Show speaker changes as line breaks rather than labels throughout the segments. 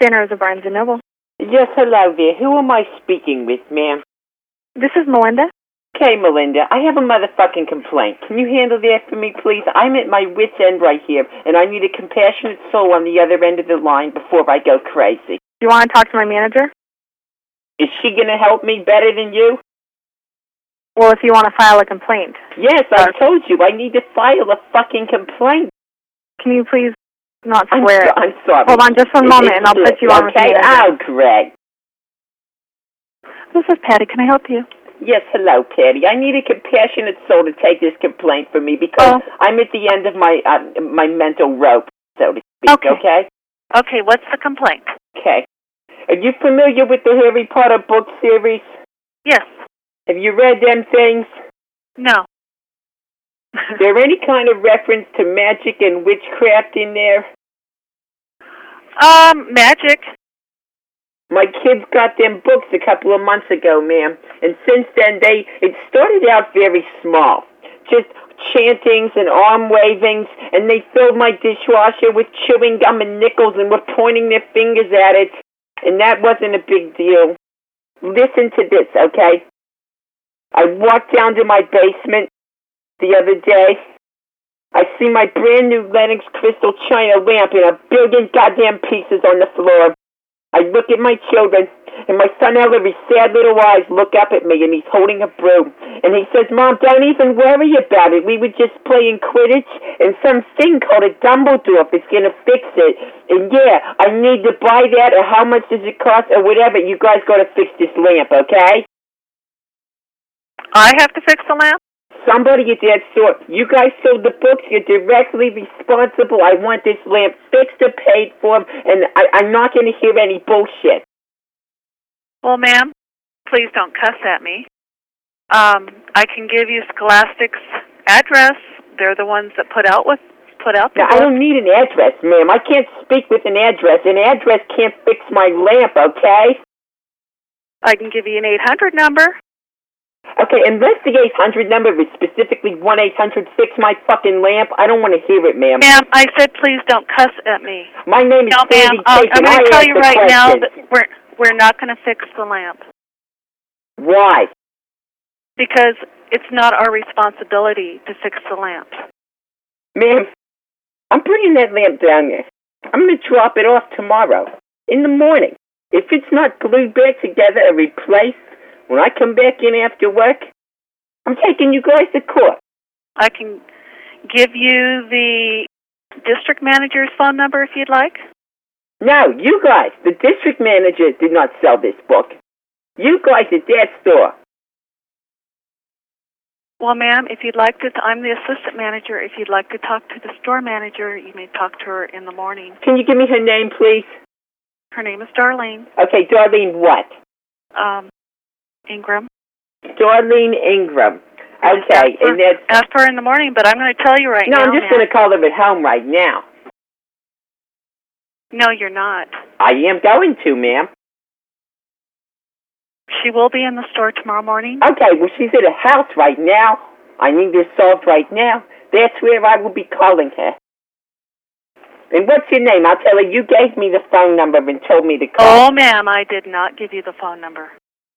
Dinners of Barnes and Noble.
Yes, hello there. Who am I speaking with, ma'am?
This is Melinda.
Okay, Melinda, I have a motherfucking complaint. Can you handle that for me, please? I'm at my wit's end right here, and I need a compassionate soul on the other end of the line before I go crazy.
You want to talk to my manager?
Is she gonna help me better than you?
Well, if you want to file a complaint,
Yes, I told you, I need to file a fucking complaint.
can you please not
I'm,
swear?
so- I'm sorry.
Hold on just one
It-
moment,
it's
and I'll put you
lit,
on with
Okay,
the manager.
oh, Greg.
This is Patty. Can I help you?
Yes, hello, Patty. I need a compassionate soul to take this complaint from me because I'm at the end of my uh, my mental rope, so to speak.
Okay.
Okay.
Okay, what's the complaint?
Okay. Are you familiar with the Harry Potter book series?
Yes.
Have you read them things?
No.
there any kind of reference to magic and witchcraft in there?
um, magic.
My kids got them books a couple of months ago, ma'am, and since then they it started out very small, just chantings and arm wavings, and they filled my dishwasher with chewing gum and nickels and were pointing their fingers at it, and that wasn't a big deal. Listen to this, okay? I walked down to my basement the other day. I see my brand new Lennox crystal china lamp and a billion goddamn pieces on the floor. I look at my children, and my son Ellery's sad little eyes look up at me, and he's holding a broom. And he says, Mom, don't even worry about it. We were just playing Quidditch, and some thing called a Dumbledore is going to fix it. And yeah, I need to buy that, or how much does it cost, or whatever. You guys got to fix this lamp, okay?
I have to fix the lamp?
Somebody at that store, you guys sold the books. You're directly responsible. I want this lamp fixed or paid for, and I, I'm not going to hear any bullshit.
Well, ma'am, please don't cuss at me. Um, I can give you Scholastic's address. They're the ones that put out with put out the
Now, I
book.
don't need an address, ma'am. I can't speak with an address. An address can't fix my lamp, okay?
I can give you an eight hundred number.
Okay, unless the 800 number is specifically 1 800 fix my fucking lamp, I don't want to hear it, ma'am.
Ma'am, I said please don't cuss at me.
My name is
No, ma'am.
Sandy
Um,
Cake,
I'm
and I
going to tell
ask
you
the
right now
question.
that we're we're not going to fix the lamp
Why?
because it's not our responsibility to fix the lamp.
Ma'am, I'm putting that lamp down there. I'm going to drop it off tomorrow in the morning. If it's not glued back together and replaced, when I come back in after work, I'm taking you guys to court.
I can give you the district manager's phone number if you'd like.
No, you guys, the district manager did not sell this book. You guys at that store.
Well, ma'am, if you'd like to, I'm the assistant manager. If you'd like to talk to the store manager, you may talk to her in the morning.
Can you give me her name, please?
Her name is Darlene
Okay, Darlene what?
um, Ingram.
Darlene Ingram. Okay,
Ask her-
and that's.
ask her in the morning. But I'm going to tell you right
No,
now.
I'm just
ma'am.
going to call them at home right now.
No, you're not.
I am going to, ma'am.
She will be in the store tomorrow morning.
Okay, well, she's at a house right now. I need this solved right now. That's where I will be calling her. And what's your name? I'll tell her you gave me the phone number and told me to call.
Oh, ma'am, I did not give you the phone number.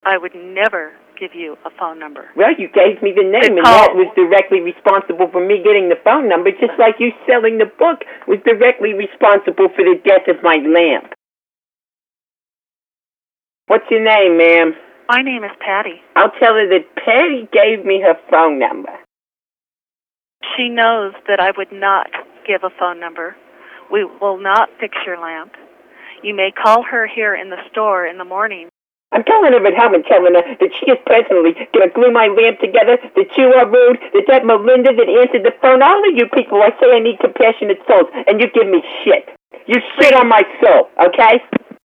I would never give you a phone number.
Well, you gave me the name, and that was directly responsible for me getting the phone number, just like you selling the book was directly responsible for the death of my lamp. What's your name, ma'am?
My name is Patty.
I'll tell her that Patty gave me her phone number.
She knows that I would not give a phone number. We will not fix your lamp. You may call her here in the store in the morning.
I'm calling her at home and telling her that she is personally going to glue my lamp together, that you are rude, that that Melinda that answered the phone, all of you people, I say I need compassionate souls, and you give me shit. You shit on my soul, okay?